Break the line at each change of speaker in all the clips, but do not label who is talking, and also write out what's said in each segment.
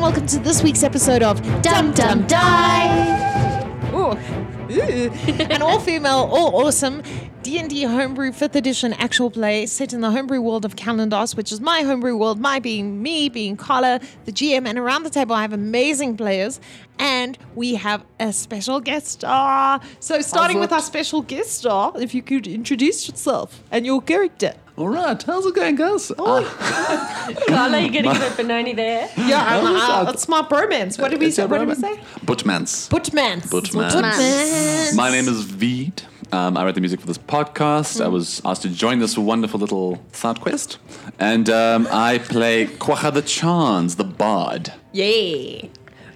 welcome to this week's episode of Dum Dum Die, Ooh. Ooh. an all-female, all-awesome D&D Homebrew 5th Edition actual play set in the homebrew world of Kalandos, which is my homebrew world, my being me, being Carla, the GM, and around the table I have amazing players, and we have a special guest star. So starting with our special guest star, if you could introduce yourself and your character.
All right, how's it going, guys? Uh,
Carla, you're getting a bit Benoni there.
Yeah, I'm,
Who's
uh,
that?
it's my bromance. What did we
it's
say?
your
What did we
brother.
say?
Butchmans.
Butmans.
Butmans.
Butmans.
My name is Veed. Um, I write the music for this podcast. I was asked to join this wonderful little side quest, and um, I play Quacha the Chans, the bard.
Yeah.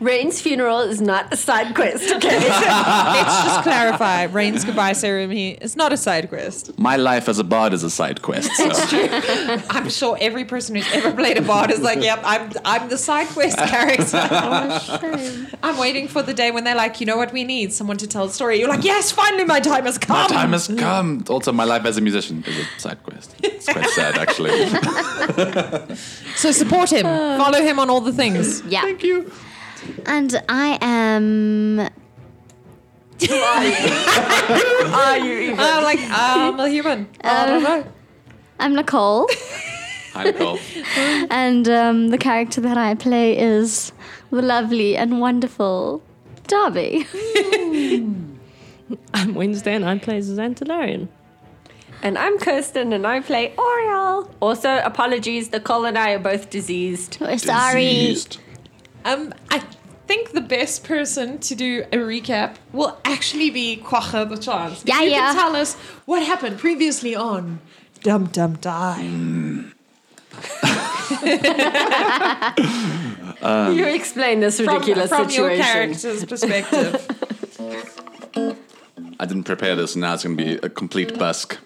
Rain's funeral is not a side quest, okay?
Let's just clarify. Rain's goodbye ceremony is not a side quest.
My life as a bard is a side quest. So.
I'm sure every person who's ever played a bard is like, "Yep, I'm I'm the side quest character." I'm waiting for the day when they're like, "You know what? We need someone to tell a story." You're like, "Yes, finally, my time has come."
My time has come. Also, my life as a musician is a side quest. It's quite sad, actually.
So support him. Follow him on all the things.
Yeah.
Thank you.
And I am.
Are you even?
I'm Ah, like, um, I'm a human. I don't know.
I'm Nicole,
Hi, Nicole.
and um, the character that I play is the lovely and wonderful Darby.
I'm Wednesday and I play Xantalarian.
And I'm Kirsten and I play Oriel. Also, apologies, Nicole and I are both diseased.
We're sorry.
Diseased.
Um, I think the best person to do a recap will actually be Quacha the Chance.
Yeah,
you
yeah.
can tell us what happened previously on Dum Dum Die.
You explain this ridiculous
from, from
situation.
your character's perspective.
I didn't prepare this, and now it's going to be a complete busk.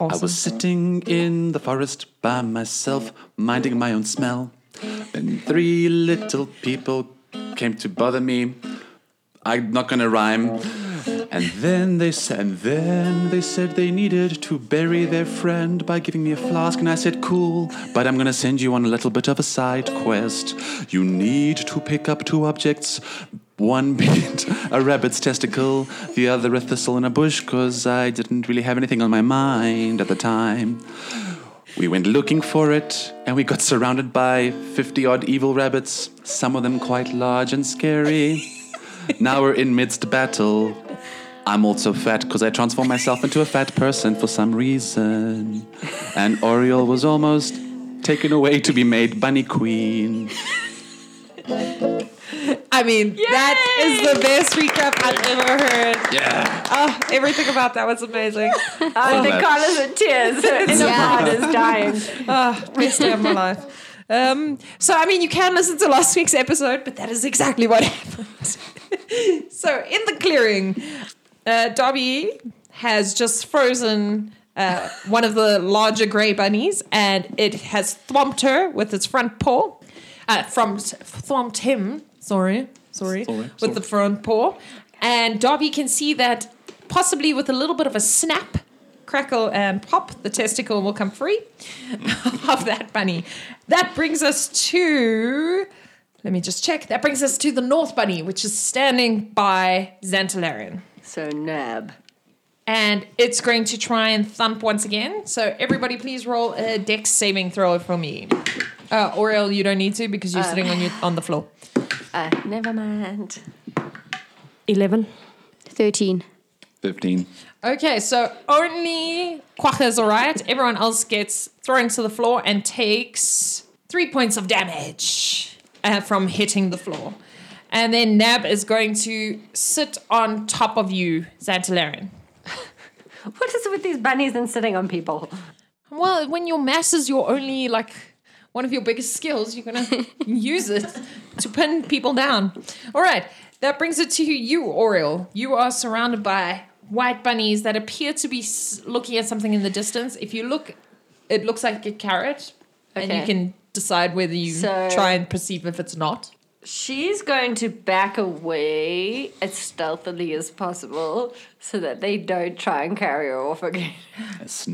I was sitting in the forest by myself, minding my own smell. Then three little people came to bother me. I'm not gonna rhyme. And then they said, and then they said they needed to bury their friend by giving me a flask. And I said, cool, but I'm gonna send you on a little bit of a side quest. You need to pick up two objects. One being a rabbit's testicle, the other a thistle in a bush, because I didn't really have anything on my mind at the time. We went looking for it, and we got surrounded by 50 odd evil rabbits, some of them quite large and scary. now we're in midst battle. I'm also fat because I transformed myself into a fat person for some reason. And Oriole was almost taken away to be made Bunny Queen.
I mean, that is the best recap I've ever heard.
Yeah.
Oh, everything about that was amazing.
Uh,
Well,
Nicola's in tears. Her inner
Yeah.
part is dying.
Oh, best day of my life. Um, so, I mean, you can listen to last week's episode, but that is exactly what happened. so, in the clearing, uh, Dobby has just frozen uh, one of the larger grey bunnies and it has thumped her with its front paw. Uh, from thumped him, sorry, sorry,
Sorry,
with
sorry.
the front paw. And Dobby can see that possibly with a little bit of a snap, crackle, and pop, the testicle will come free of that bunny. That brings us to. Let me just check. That brings us to the North Bunny, which is standing by Xantalarian.
So, Nab.
And it's going to try and thump once again. So, everybody, please roll a dex saving throw for me. Uh, Oriel, you don't need to because you're sitting on, your, on the floor.
Uh, never mind.
11.
13.
15.
Okay, so only Quacha's all right. Everyone else gets thrown to the floor and takes three points of damage uh, from hitting the floor. And then Nab is going to sit on top of you, Xantalarian.
What is it with these bunnies and sitting on people?
Well, when your mass is your only, like, one of your biggest skills, you're going to use it to pin people down. All right, that brings it to you, Oriel. You are surrounded by white bunnies that appear to be s- looking at something in the distance. If you look, it looks like a carrot, and you
Okay.
can decide whether you
So-
try and perceive if it's not.
She's going to back away as stealthily as possible so that they don't try and carry her off again.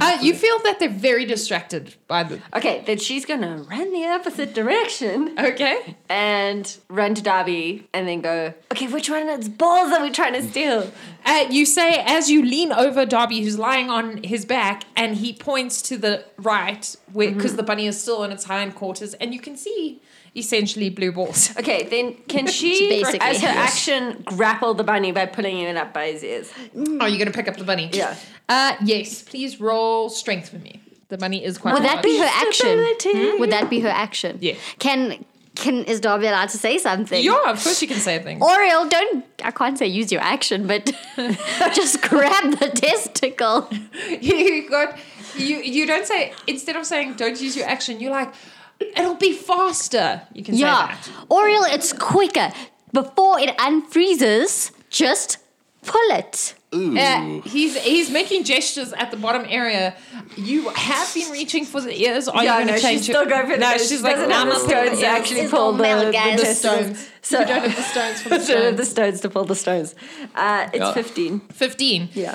Uh, you feel that they're very distracted by the.
Okay, then she's gonna run the opposite direction
Okay.
and run to Darby and then go, okay, which one of those balls are we trying to steal?
Uh, you say as you lean over Darby, who's lying on his back, and he points to the right, because the bunny is still in its hindquarters, and you can see essentially blue balls.
Okay, then can she,
Basically.
as her
Yes.
action, grapple the bunny by pulling it up by his ears?
Are you going to pick up the bunny?
Yeah.
Uh, yes, please roll strength for me. The bunny is quite
Would that
large.
be her action?
Stability.
Hmm? Would that be her action?
Yeah.
Can can is Darby allowed to say something?
Yeah, of course you can say things.
Oriel, don't I can't say use your action, but just grab the testicle.
you got you you don't say instead of saying don't use your action you're like it'll be faster you can
Yeah.
say
Oriel, it's quicker. Before it unfreezes, just pull it.
that Uh, he's he's making gestures at the bottom area you have been reaching for the ears are
Yeah,
you going
no,
to change
she's
your-
still going for the
no
ears.
she's
She
like
doesn't have
I'm
the
gonna pull
stones
the
to
ears.
actually
It's
pull
all
the,
male,
the
guys.
the
Yes.
stones
So
you don't have the stones for the
So
stones
the stones to pull the stones. Uh, it's
Yeah.
15.
15
Yeah.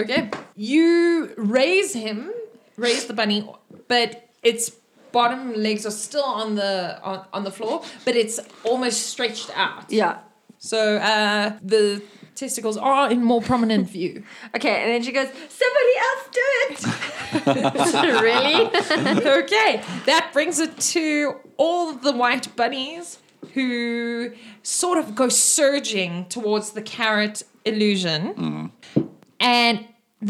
okay you raise him raise the bunny but its bottom legs are still on the on, on the floor but it's almost stretched out
Yeah.
So uh, the testicles are in more prominent view.
Okay, and then she goes, somebody else do it.
really?
okay, that brings it to all the white bunnies who sort of go surging towards the carrot illusion. And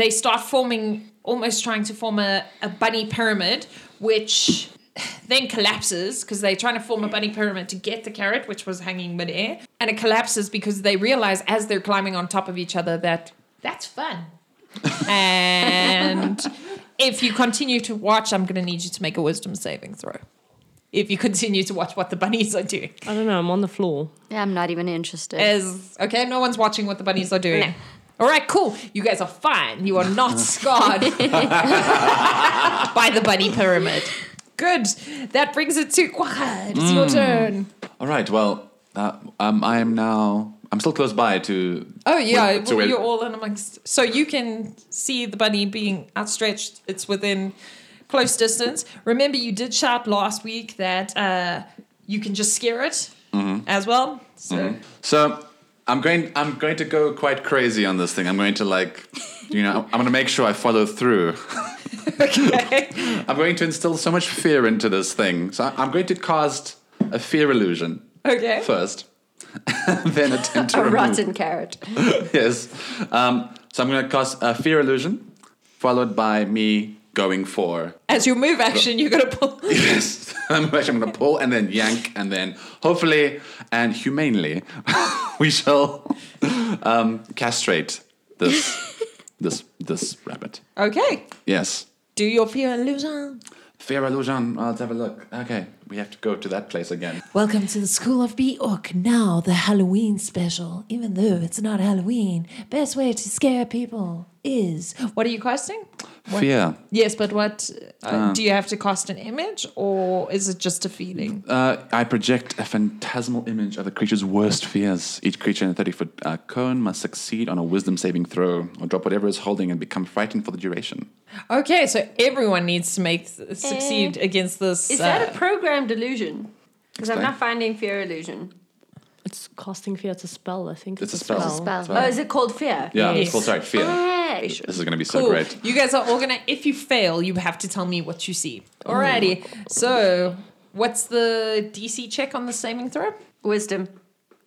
they start forming, almost trying to form a, a bunny pyramid, which then collapses because they're trying to form a bunny pyramid to get the carrot, which was hanging midair. And it collapses because they realize as they're climbing on top of each other that that's fun. and if you continue to watch, I'm going to need you to make a wisdom saving throw. If you continue to watch what the bunnies are doing,
I don't know. I'm on the floor.
Yeah, I'm not even interested.
as okay, no one's watching what the bunnies are doing. All right, cool. You guys are fine. You are not scarred by the bunny pyramid. Good. That brings it to Quagga. It's your turn.
All right. Well, uh, um, I am now. I'm still close by to.
Oh yeah,
Wait, so
well,
wait.
you're all in amongst. So you can see the bunny being outstretched. It's within close distance. Remember, you did shout last week that uh, you can just scare it as well. So
So I'm going. I'm going to go quite crazy on this thing. I'm going to like, you know, I'm going to make sure I follow through. okay. I'm going to instill so much fear into this thing. So I- I'm going to cast a fear illusion
okay,
first, then attempt to
A
remove.
rotten carrot.
yes. Um, so I'm going to cast a fear illusion, followed by me going for
as your move action, you're gonna pull.
Yes, I'm actually going to pull and then yank and then hopefully and humanely we shall um, castrate this this this rabbit.
Okay,
Yes.
do your fear illusion.
Fear illusion. I'll have a look. Okay, we have to go to that place again.
Welcome to the School of Bee Orc. Now the Halloween special. Even though it's not Halloween, best way to scare people is what are you casting?
Fear.
Yes, but what uh, do you have to cast an image, or is it just a feeling?
Uh, I project a phantasmal image of the creature's worst fears. Each creature in a 30 foot uh, cone must succeed on a wisdom saving throw or drop whatever is holding and become frightened for the duration.
Okay, so everyone needs to make succeed against this.
Is
uh,
that a programmed illusion? Because I'm
Explain.
not finding fear illusion.
It's casting fear. It's a spell, I think.
It's a spell.
spell.
It's
Oh, is it called fear?
Yeah,
Yes.
well, sorry, fear.
Yes.
This is going to be so
cool.
great.
You guys are all gonna. If you fail, you have to tell me what you see. Alrighty. So, what's the DC check on the saving throw?
Wisdom.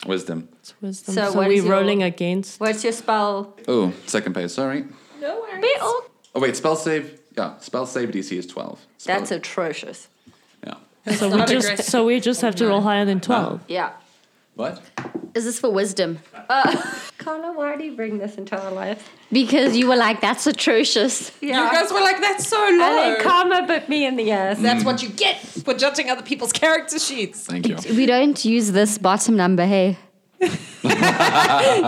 Wisdom.
It's wisdom.
So
So,
what
we're
is your-
rolling against.
What's your spell?
Oh, second page, sorry.
No worries.
Be all-
Oh, wait, spell save. Yeah, spell save DC is 12. Spell,
That's atrocious.
Yeah.
So we
not
just
aggressive.
so we just have to roll higher than twelve.
Yeah.
What?
Is this for wisdom?
Carla, why do you bring this into our lives?
Because you were like, that's atrocious.
Yeah.
You guys were like, "That's so low."
and
Hmm.
then Karma bit me in the ass.
That's what you get for judging other people's character sheets.
Thank you.
We don't use this bottom number, hey.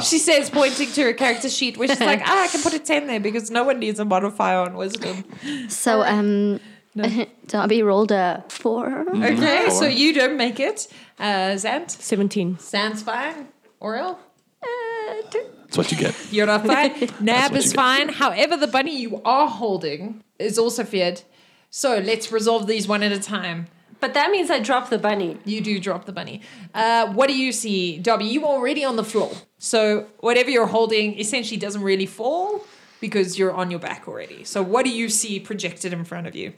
She says, pointing to her character sheet, where she's like, ah, I can put a 10 there because no one needs a modifier on wisdom.
So um Darby rolled a four.
Okay, so
Four.
you don't make it. Uh, Zant?
Seventeen.
Zant's fine. Oriel?
Uh, two.
That's what you get.
You're not fine. Nab
what
is
you get.
fine. However, the bunny you are holding is also feared. So let's resolve these one at a time.
But that means I drop the bunny.
You do drop the bunny. Uh, what do you see, Dobby? You already on the floor. So whatever you're holding essentially doesn't really fall because you're on your back already. So what do you see projected in front of you?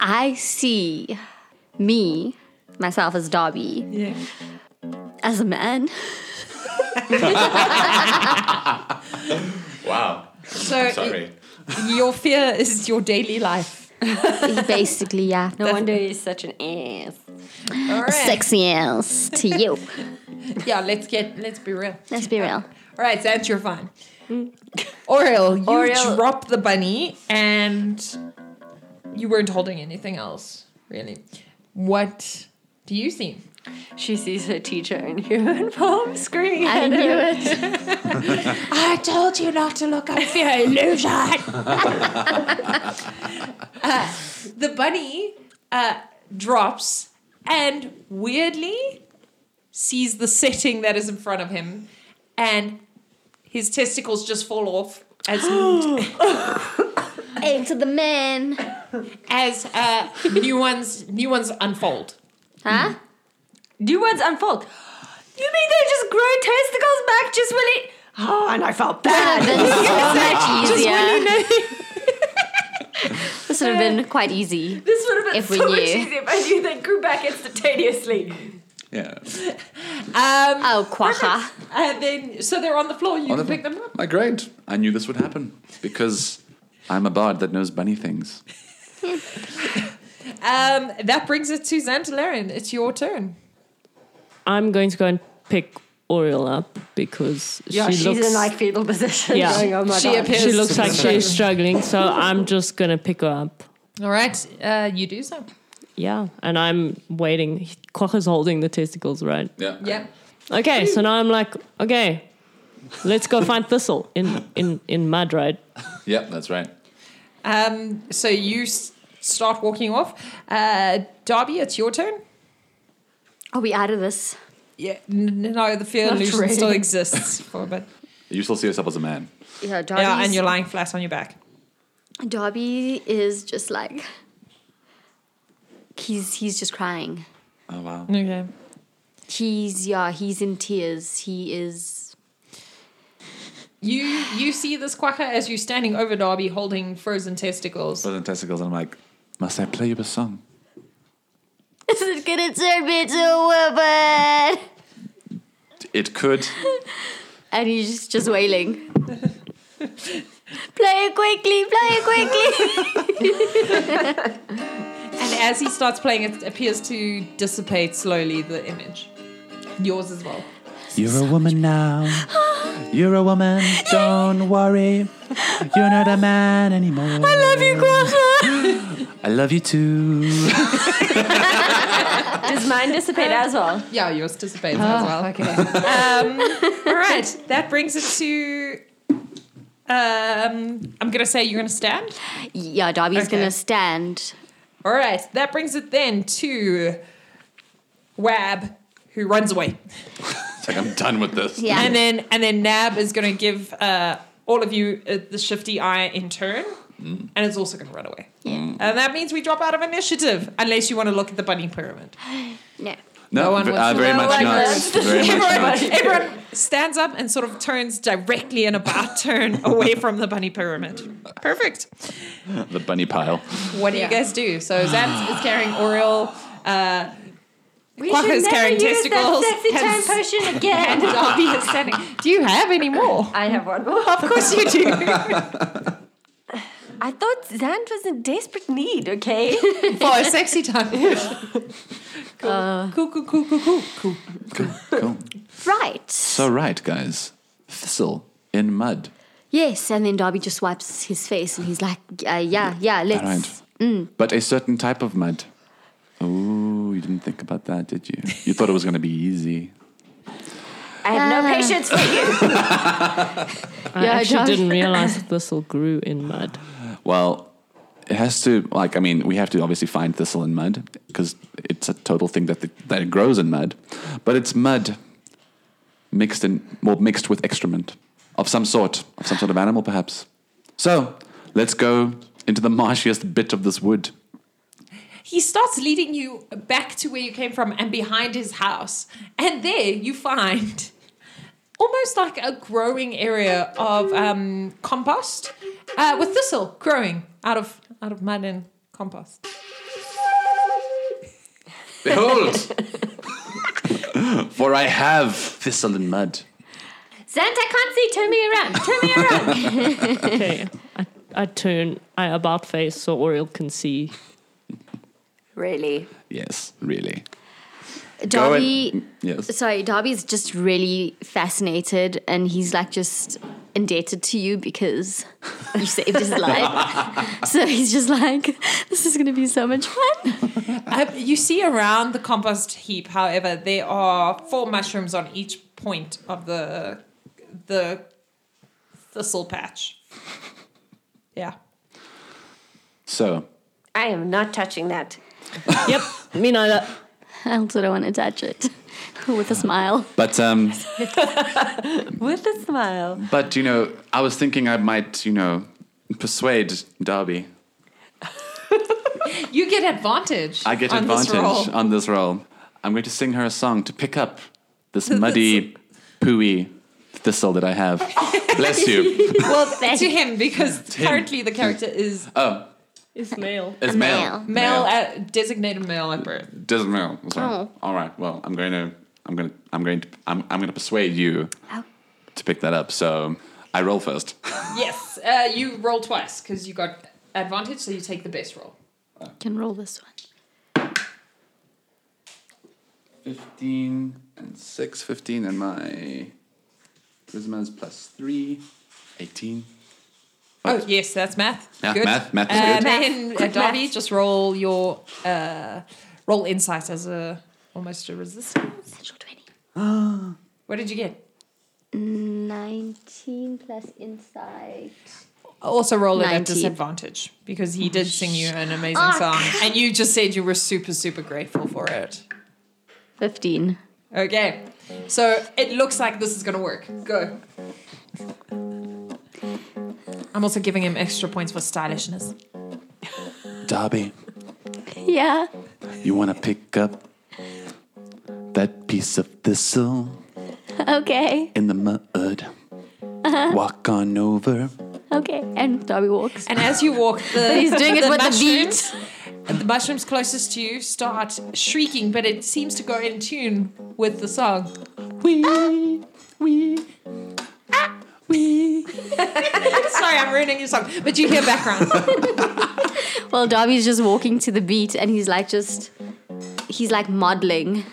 I see me, myself as Dobby,
Yeah.
as a man.
Wow.
So y- your fear is your daily life.
Basically, yeah.
No wonder he's such an ass.
All right.
Sexy ass to you.
Yeah, let's get let's be real.
Let's be real.
All right, Zant, you're fine. Mm. Oriel, you
Oriel-
drop the bunny and you weren't holding anything else, really. What do you see?
She sees her teacher in human form screaming
I
at
knew
her.
it.
I told you not to look up fear illusion. Uh, the bunny uh, drops and weirdly sees the setting that is in front of him, and his testicles just fall off as
Aim to the man.
as uh, new ones new ones unfold.
Huh?
New ones unfold. You mean they just grow testicles back just really? Oh, and I felt bad.
That's so much
when
easier.
you know-
This would have been quite easy.
This would have been
If we
so much
knew.
easier if I knew they grew back instantaneously.
Yeah.
Um,
Oh, quaha.
and then so they're on the floor. You
On the
can pick them up.
My great. I knew this would happen because I'm a bard that knows bunny things.
Um, that brings us to Xantalarian. It's your turn.
I'm going to go and pick Oriel up because
Yeah,
she
she's
looks
in like fetal position.
Yeah.
going, oh my
She
God.
appears-
she looks like she's struggling. So I'm just gonna pick her up.
All right, uh, you do so.
Yeah, and I'm waiting. Quack is holding the testicles, right?
Yeah.
Yeah.
Okay, so now I'm like, okay, let's go find Thistle in in in mud, right?
Yeah, that's right.
Um, so you s- start walking off. Uh, Darby, it's your turn.
Are we out of this?
Yeah. N- n- no, the fear
Not
illusion
really.
still exists for a bit.
You still see yourself as a man.
Yeah, Dobby's,
Yeah, and you're lying flat on your back.
Dobby is just like he's he's just crying.
Oh wow.
Okay.
He's yeah, he's in tears. He is
You you see this quacker as you're standing over Darby holding frozen testicles.
Frozen testicles, and I'm like, must I play you a song?
Is it gonna turn me into a woman?
It could.
And he's just, just wailing. play it quickly, play it quickly.
And as he starts playing, it appears to dissipate slowly the image. Yours as well.
You're a woman now. You're a woman. Don't worry. You're not a man anymore. I love you, Quaha. I love you too.
Does mine dissipate as well?
Yeah, yours dissipates as well. Ah, Okay. um, all right. That brings us to. Um, I'm gonna say you're gonna stand.
yeah, Dobby's
Okay.
gonna stand.
All right. That brings it then to Wab, who runs away,
It's like I'm done with this.
Yeah.
and then and then Nab is gonna give uh, all of you uh, the shifty eye in turn, and it's also gonna run away.
Mm. yeah.
And that means we drop out of initiative unless you want to look at the bunny pyramid.
No.
No,
No one
v-
wants
uh,
to
very
know
much
what
not.
this-
Very much not.
Everyone, everyone stands up and sort of turns directly in a about turn away from the bunny pyramid. Perfect.
The bunny pile.
What do you guys do? So Zant is carrying Oriel. Uh,
We
Quack is carrying testicles.
sexy time
Has-
potion again.
Dobby is standing. Do you have any more?
I have one more.
Of course you do.
I thought Zand was in desperate need, okay?
For a sexy time. cool. cool, cool, cool, cool, cool, cool.
Cool. cool.
Right.
So right, guys. Thistle in mud.
yes, and then Dobby just wipes his face and he's like, uh, yeah, yeah, let's.
right. But a certain type of mud. Oh, you didn't think about that, did you? You thought it was going to be easy.
I have no
Ah.
patience for you.
I
Yeah, I
actually
don't-
didn't realize that Thistle grew in mud.
Well, it has to like I mean we have to obviously find thistle in mud because it's a total thing that the, that it grows in mud, but it's mud. mixed in, or mixed with excrement of some sort, of some sort of animal, perhaps. So let's go into the marshiest bit of this wood.
He starts leading you back to where you came from and behind his house. And there you find almost like a growing area of um, compost uh, with thistle growing out of out of mud and compost.
Behold! For I have thistle and mud.
Xanta can't see. Turn me around. Turn me around.
Okay. I, I turn, I about face so Oriel can see.
really?
Yes, really. Go and-
Dobby,
Yes.
sorry, Dobby's just really fascinated, and he's like just indebted to you because you saved his life. so he's just like, this is gonna be so much fun.
Uh, you see around the compost heap, however, there are four mushrooms on each point of the the thistle patch. Yeah.
So,
I am not touching that.
Yep, me neither.
I also don't want to touch it with a smile.
but um,
With a smile.
but you know, I was thinking I might you know persuade Darby.
You get advantage.
I get
on this
advantage
roll.
on this roll. I'm going to sing her a song to pick up this muddy, pooey thistle that I have. Bless you.
Well, to him because
him.
currently the character is
Oh,
It's male.
it's male.
male, At, designated male at birth.
Doesn't male. Sorry.
Oh.
All right. Well, I'm going to. I'm going to. I'm going to. I'm, I'm going to persuade you to pick that up. So I roll first.
Yes, uh, you roll twice because you got advantage, so you take the best roll.
Can roll this one.
15 and 6, 15, and my charisma is plus 3, 18.
Oh yes, that's math.
Yeah,
good.
math- math is
uh,
good.
Then uh,
Quick
Darby,
math.
just roll your uh, roll insight as a almost a resistance.
Natural 20.
What did you get?
19 plus insight.
Also roll it at
19.
disadvantage because he did sing you an amazing song, and you just said you were super super grateful for it.
15.
Okay, so it looks like this is gonna work. Go. I'm also giving him extra points for stylishness.
Darby,
Yeah.
you want to pick up that piece of thistle?
Okay.
in the mud. Walk on over.
Okay. And Dobby walks.
And as you walk, the
He's doing it with the
mushrooms- The mushrooms closest to you start shrieking, but it seems to go in tune with the song.
Wee, wee, wee.
Sorry, I'm ruining your song, but you hear background.
Well, Dobby's just walking to the beat and he's like just he's like modeling.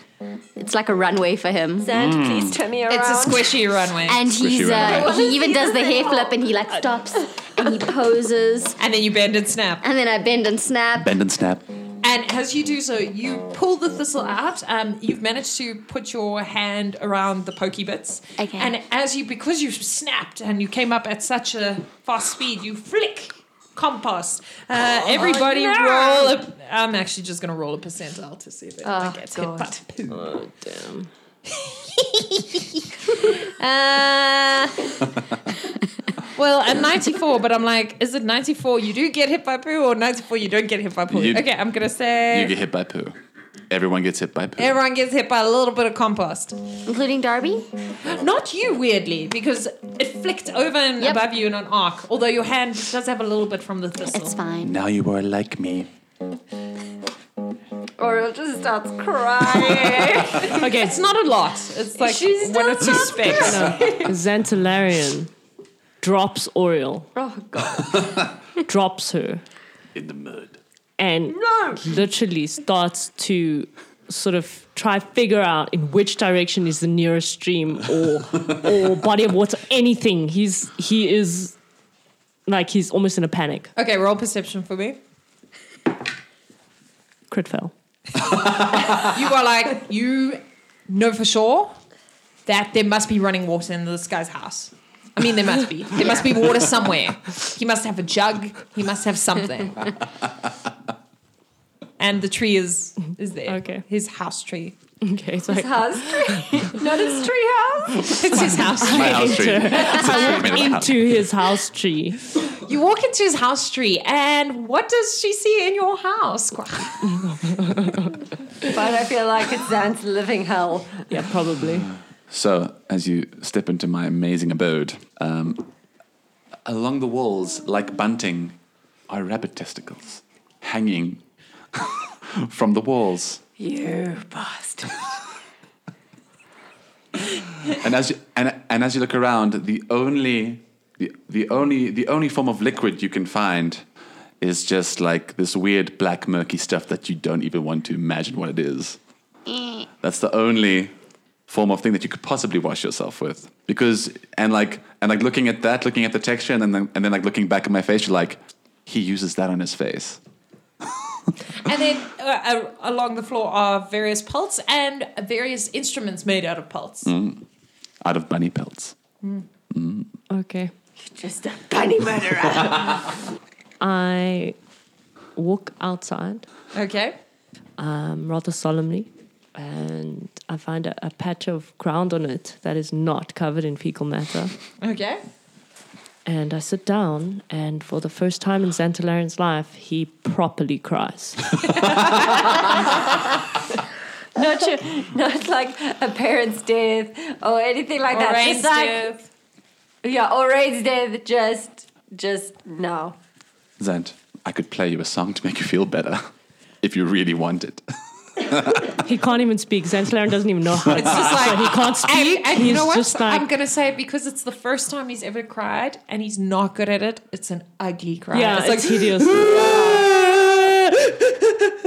It's like a runway for him.
Xant,
Hmm.
please turn me around.
it's a squishy runway,
And he's uh,
runway.
he even does the hair flip and he like stops and he poses
and then you bend and snap.
and then I bend and snap.
Bend and snap.
And as you do so, you pull the thistle out. Um, you've managed to put your hand around the pokey bits.
Okay.
And as you, because you snapped and you came up at such a fast speed, you flick compost. Uh,
Oh,
everybody roll. A, I'm actually just going to roll a percentile to see if it
Oh,
gets
God.
hit. But
Oh, damn.
Uh, well, at 94, but I'm like, is it 94 you do get hit by poo or 94 you don't get hit by poo?
You-
okay, I'm going to
You
say
get hit by poo. Everyone gets hit by poo.
everyone gets hit by a little bit of compost.
Including Darby?
Not you, weirdly, because it flicked over and
Yep.
above you in an arc, although your hand does have a little bit from the thistle.
It's fine.
now you are like me.
Oriel just starts crying.
Okay, it's not a lot. It's like
She's
one or
still
two specks.
Xantalarian drops Oriel,
oh god.
drops her,
In the mud.
and literally starts to sort of try figure out in which direction is the nearest stream or or body of water anything he's he is like he's almost in a panic
Okay, roll perception for me.
crit fail
You are like, you know for sure that there must be running water in this guy's house. I mean, there must be. There must be water somewhere. He must have a jug. He must have something. And the tree is is there.
Okay.
His house tree.
Okay, so
His
I
house tree. Not his tree house.
It's his house.
My house tree.
into his house tree.
You walk into his house tree, and what does she see in your house?
But I feel like it's Zan's living hell.
Yeah, probably.
So, as you step into my amazing abode, um, along the walls, like bunting, are rabbit testicles hanging from the walls.
You bastard.
And as you, and, and as you look around, the only the, the only the only form of liquid you can find is just like this weird black murky stuff that you don't even want to imagine what it is.
Eh.
That's the only form of thing that you could possibly wash yourself with. Because and like and like looking at that, looking at the texture, and then and then like looking back at my face, you're like, he uses that on his face.
And then uh, uh, along the floor are various pults and various instruments made out of pults.
Out of bunny pelts.
Okay.
Just a bunny murderer.
I walk outside
Okay.
um, rather solemnly and I find a, a patch of ground on it that is not covered in fecal matter.
Okay.
And I sit down, and for the first time in Xantalarian's life, he properly cries.
not, your, not like a parent's death or anything like that.
Or
It's like
Rain's
yeah, or Rain's death. Just, just no.
Zant, I could play you a song to make you feel better if you really want it.
he can't even speak. Xantalarian doesn't even know how to
It's just
Uh, He
like,
can't speak.
and, and
he's
you know what?
just like,
I'm going to say it because it's the first time he's ever cried and he's not good at it. It's an ugly cry.
yeah, it's,
like,
hideous.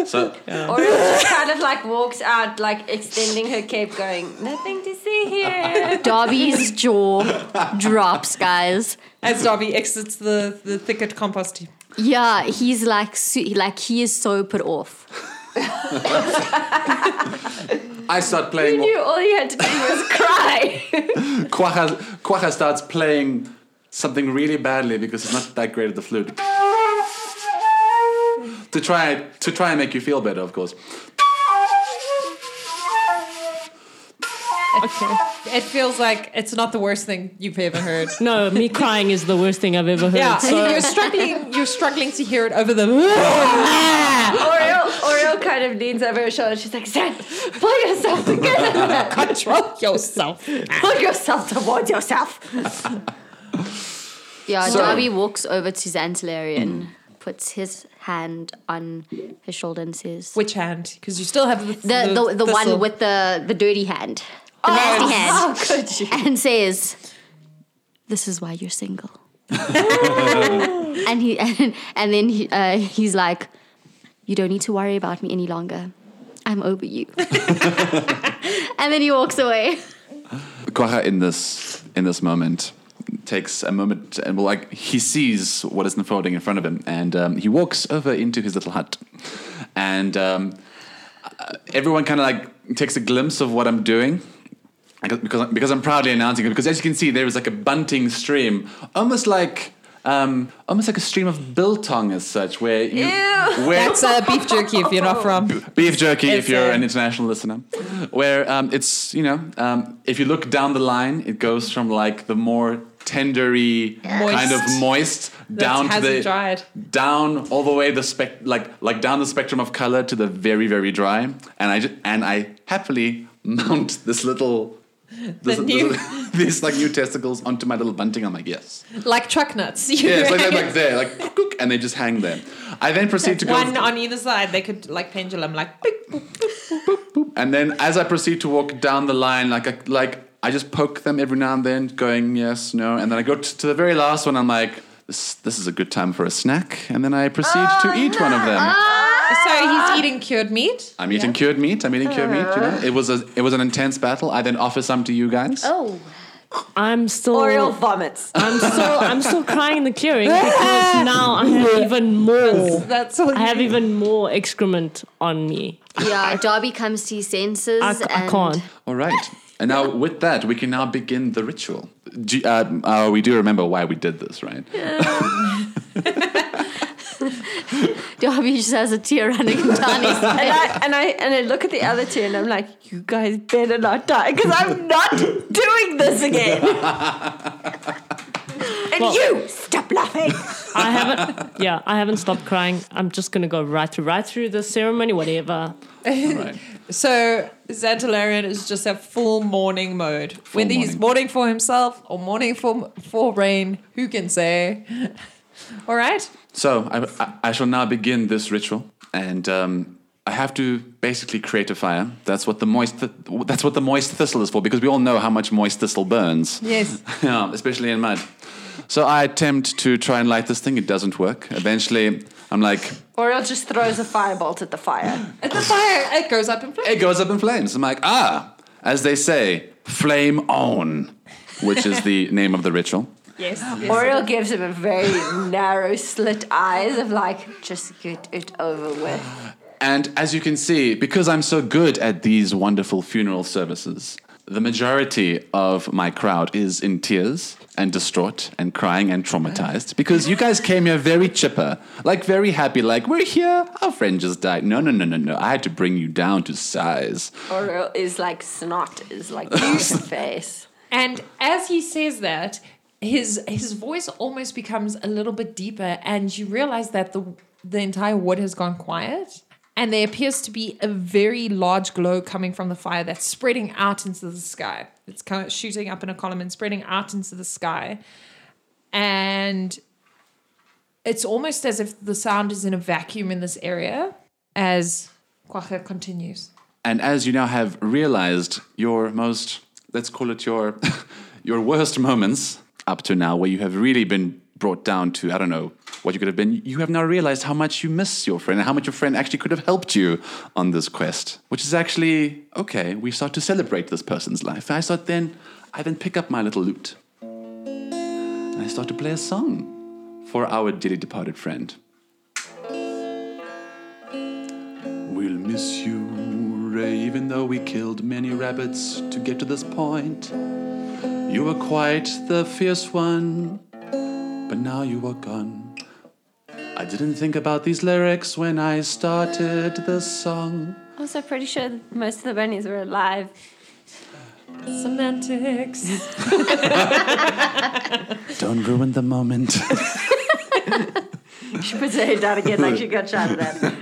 So
Or just kind of like walks out, like extending her cape, going, nothing to see here.
Darby's jaw drops, guys.
as Darby exits the, the thicket compost.
Yeah, he's like, su- like he is so put off.
I start
You
playing
knew all you had to do was cry.
Quaha, Quaha starts playing something really badly because it's not that great at the flute. To try to try and make you feel better, of course.
It feels like it's not the worst thing you've ever heard.
No, me crying is the worst thing I've ever heard.
Yeah,
So
you're struggling. You're struggling to hear it over the.
Oriel, Oriel kind of leans over her shoulder. She's like, Zan, pull yourself together.
Control yourself.
pull yourself towards yourself.
Yeah,
So-
Darby walks over to Xantalarian, puts his hand on his shoulder and says,
Which hand? Because you still have the Oh,
the, the, the,
thistle.
one with the, the dirty hand,
Oh.
the nasty hand,
How could you?
and says, "This is why you're single." and he and, and then he, uh, he's like, "You don't need to worry about me any longer. I'm over you." and then he walks away.
Quaha in this in this moment takes a moment and well, like he sees what is unfolding in front of him, and um, he walks over into his little hut, and um, uh, everyone kind of like takes a glimpse of what I'm doing. I got- Because, because I'm proudly announcing it. Because as you can see, there is like a bunting stream, almost like um, almost like a stream of biltong as such, where you where
That's uh, beef jerky if you're not from.
beef jerky if
It's,
you're
uh,
an international listener where um, it's you know um, if you look down the line it goes from like the more tendery kind of moist down to
hasn't
the
dried.
down all the way the spec like like down the spectrum of color to the very very dry and i ju- and i happily mount this little this,
The new-
this- these like new testicles onto my little bunting i'm like yes
Like truck nuts. You
yes like,
hang
they're like there like cook, cook, and they just hang there i then proceed to go
one on either side. They could like pendulum, like boop, boop.
And then as I proceed to walk down the line, like I, like I just poke them every now and then, going yes, no, and then I go t- to the very last one. I'm like, this, this is a good time for a snack, and then I proceed to eat one of them.
so he's eating cured meat.
I'm eating cured meat. I'm eating cured meat. You know, it was a it was an intense battle. I then offer some to you guys.
Oh,
I'm still.
Oriel vomits.
I'm still I'm still crying in the clearing because now I have even more.
That's all.
I have even more excrement on me.
yeah. Darby comes to his senses.
I, c- I
and
can't.
All right. And now with that, we can now begin the ritual. Do, uh, uh, we do remember why we did this, right?
Darby just has a tear running down his
And
face.
I, and I and I look at the other two and I'm like, you guys better not die because I'm not doing this again. and
Well-
you stop laughing.
I haven't. Yeah, I haven't stopped crying. I'm just gonna go right through, right through the ceremony, whatever.
Right.
So Xantalarian is just a full mourning mode. Whether he's
mourning.
mourning for himself or mourning for for rain, who can say? All right.
So I, I, I shall now begin this ritual, and um, I have to basically create a fire. That's what the moist th- that's what the moist thistle is for, because we all know how much moist thistle burns.
Yes.
yeah, especially in mud. So I attempt to try and light this thing. It doesn't work. Eventually, I'm like,
Oriel just throws a firebolt at the fire.
At the fire, it goes up in flames.
it goes up in flames. I'm like, ah, as they say, flame on, which is the name of the ritual.
Oriel gives him a very narrow slit eyes of like, just get it over with.
And as you can see, because I'm so good at these wonderful funeral services, the majority of my crowd is in tears and distraught and crying and traumatized because you guys came here very chipper, like very happy, like we're here, our friend just died. No, no, no, no, no. I had to bring you down to size.
Oriel is like snot is like in his face.
And as he says that, his his voice almost becomes a little bit deeper, and you realize that the the entire wood has gone quiet. And there appears to be a very large glow coming from the fire that's spreading out into the sky. It's kind of shooting up in a column and spreading out into the sky. And it's almost as if the sound is in a vacuum in this area as Quacha continues.
And as you now have realized your most, let's call it your, your worst moments up to now, where you have really been brought down to, I don't know what you could have been, you have now realized how much you miss your friend and how much your friend actually could have helped you on this quest, which is actually, okay, we start to celebrate this person's life. I start then, I then pick up my little lute and I start to play a song for our dearly departed friend. We'll miss you, Ray, even though we killed many rabbits to get to this point. You were quite the fierce one, but now you are gone. I didn't think about these lyrics when I started this song.
Also pretty sure most of the bunnies were alive.
Semantics.
Don't ruin the moment.
She puts her head down again like she got shot at.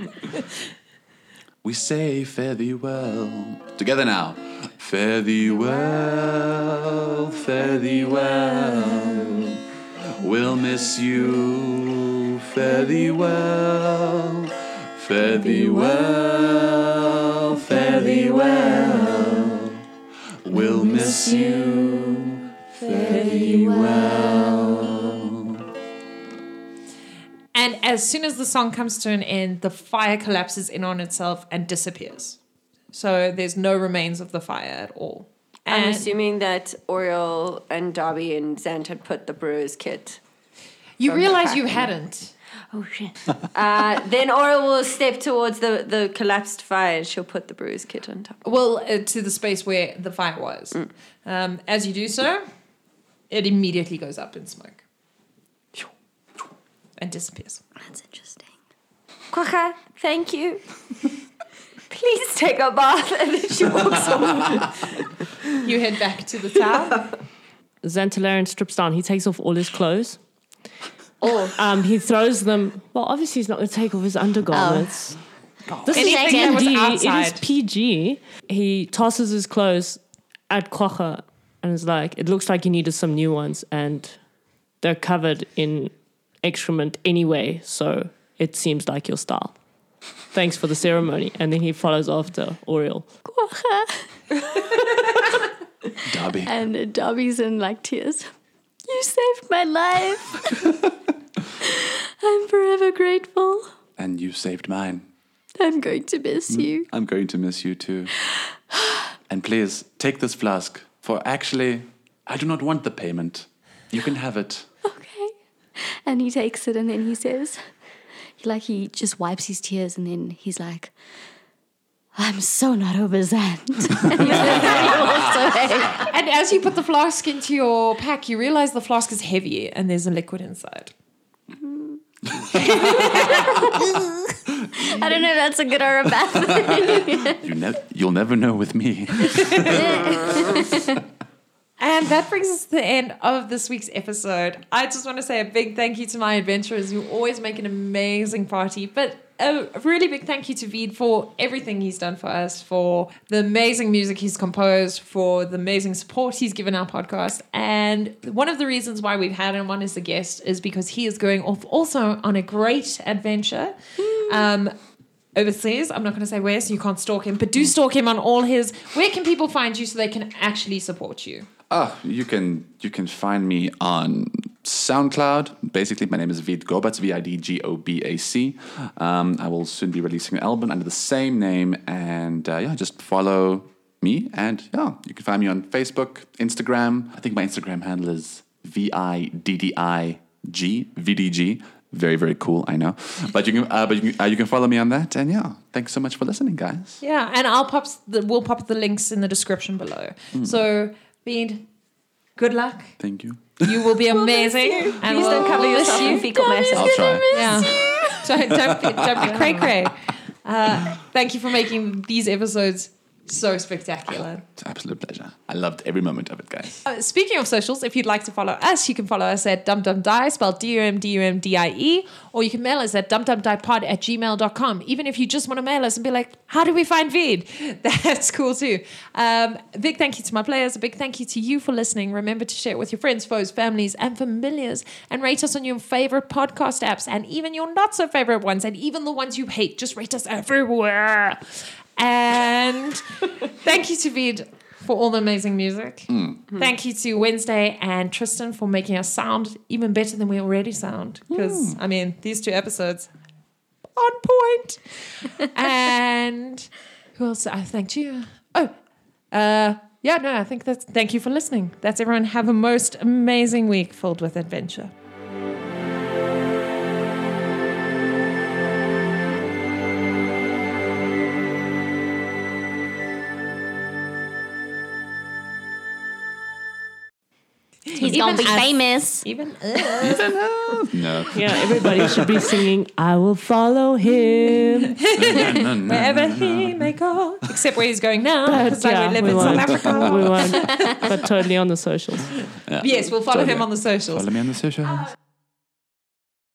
we say fare thee well. Together now. Fare thee well, fare thee well. We'll miss you. Fare thee well, fare thee well, fare thee well. We'll miss you. Fare thee well.
And as soon as the song comes to an end, the fire collapses in on itself and disappears. So there's no remains of the fire at all.
I'm
And
assuming that Oriel and Darby and Zant had put the brewer's kit.
you realize you hadn't.
Oh shit.
Uh, then Oriel will step towards the, the collapsed fire and she'll put the brewer's kit on top.
Well, uh, to the space where the fire was.
Mm.
Um, as you do so, it immediately goes up in smoke and disappears.
That's interesting.
Quaka, thank you. Please take a bath. And then she walks off.
You head back to the town.
Xantalarian strips down. He takes off all his clothes. Or um, he throws them. Well, obviously he's not going to take off his undergarments. This
Anything that
is
was
PG. It is
outside.
PG. He tosses his clothes at Kocha and is like, "It looks like you needed some new ones, and they're covered in excrement anyway, so it seems like your style." Thanks for the ceremony, and then he follows after Oriel.
Darby.
And uh, Darby's in like tears. You saved my life. I'm forever grateful.
And you saved mine.
I'm going to miss you.
I'm going to miss you too. And please take this flask, for actually, I do not want the payment. You can have it.
Okay. And he takes it and then he says, he, like he just wipes his tears and then he's like, I'm so not over Zant. And he walks away.
and as you put the flask into your pack, you realize the flask is heavy and there's a liquid inside.
I don't know if that's a good or a bad
You ne- you'll never know with me.
And that brings us to the end of this week's episode. I just want to say a big thank you to my adventurers. You always make an amazing party, but a really big thank you to Veed for everything he's done for us, for the amazing music he's composed, for the amazing support he's given our podcast. And one of the reasons why we've had him on as a guest is because he is going off also on a great adventure. Um, overseas. I'm not going to say where, so you can't stalk him, but do stalk him on all his. Where can people find you so they can actually support you?
Ah, you can you can find me on SoundCloud. Basically, my name is Vid Gobac, V I D G O B A C. Um, I will soon be releasing an album under the same name, and uh, yeah, just follow me. And yeah, you can find me on Facebook, Instagram. I think my Instagram handle is V I D D I G V D G. Very very cool, I know. But you can uh, but you can, uh, you can follow me on that. And yeah, thanks so much for listening, guys.
Yeah, and I'll pop s- the, we'll pop the links in the description below. So, Bean, good luck.
Thank you.
You will be amazing. And
Please don't cover yourself in fecal matter.
I'll try.
Yeah. don't, don't, be, don't be cray cray. Uh, thank you for making these episodes so spectacular.
It's an absolute pleasure. I loved every moment of it, guys.
Uh, speaking of socials, if you'd like to follow us, you can follow us at dumdumdie, spelled D-U-M-D-U-M-D-I-E, E, or you can mail us at dumdumdiepod at gmail.com. Even if you just want to mail us and be like, how do we find Vid? That's cool too. Um, big thank you to my players. A big thank you to you for listening. Remember to share it with your friends, foes, families, and familiars, and rate us on your favorite podcast apps and even your not so favorite ones and even the ones you hate. Just rate us everywhere. And thank you to Vid for all the amazing music.
Hmm.
Thank you to Wednesday and Tristan for making us sound even better than we already sound.
Hmm.
Because, I mean, these two episodes on point. and who else? I thanked you. Oh, uh, yeah, no, I think that's thank you for listening. That's everyone. Have a most amazing week filled with adventure.
He's gonna be
as-
famous.
Even
No.
Yeah, everybody should be singing, I will follow him.
wherever he may go, except where he's going now.
But
Because
yeah,
we live
we
in South
won't.
Africa.
We won't, but totally on the socials.
Yes, we'll follow
Totally.
him on the socials.
Follow me on the socials.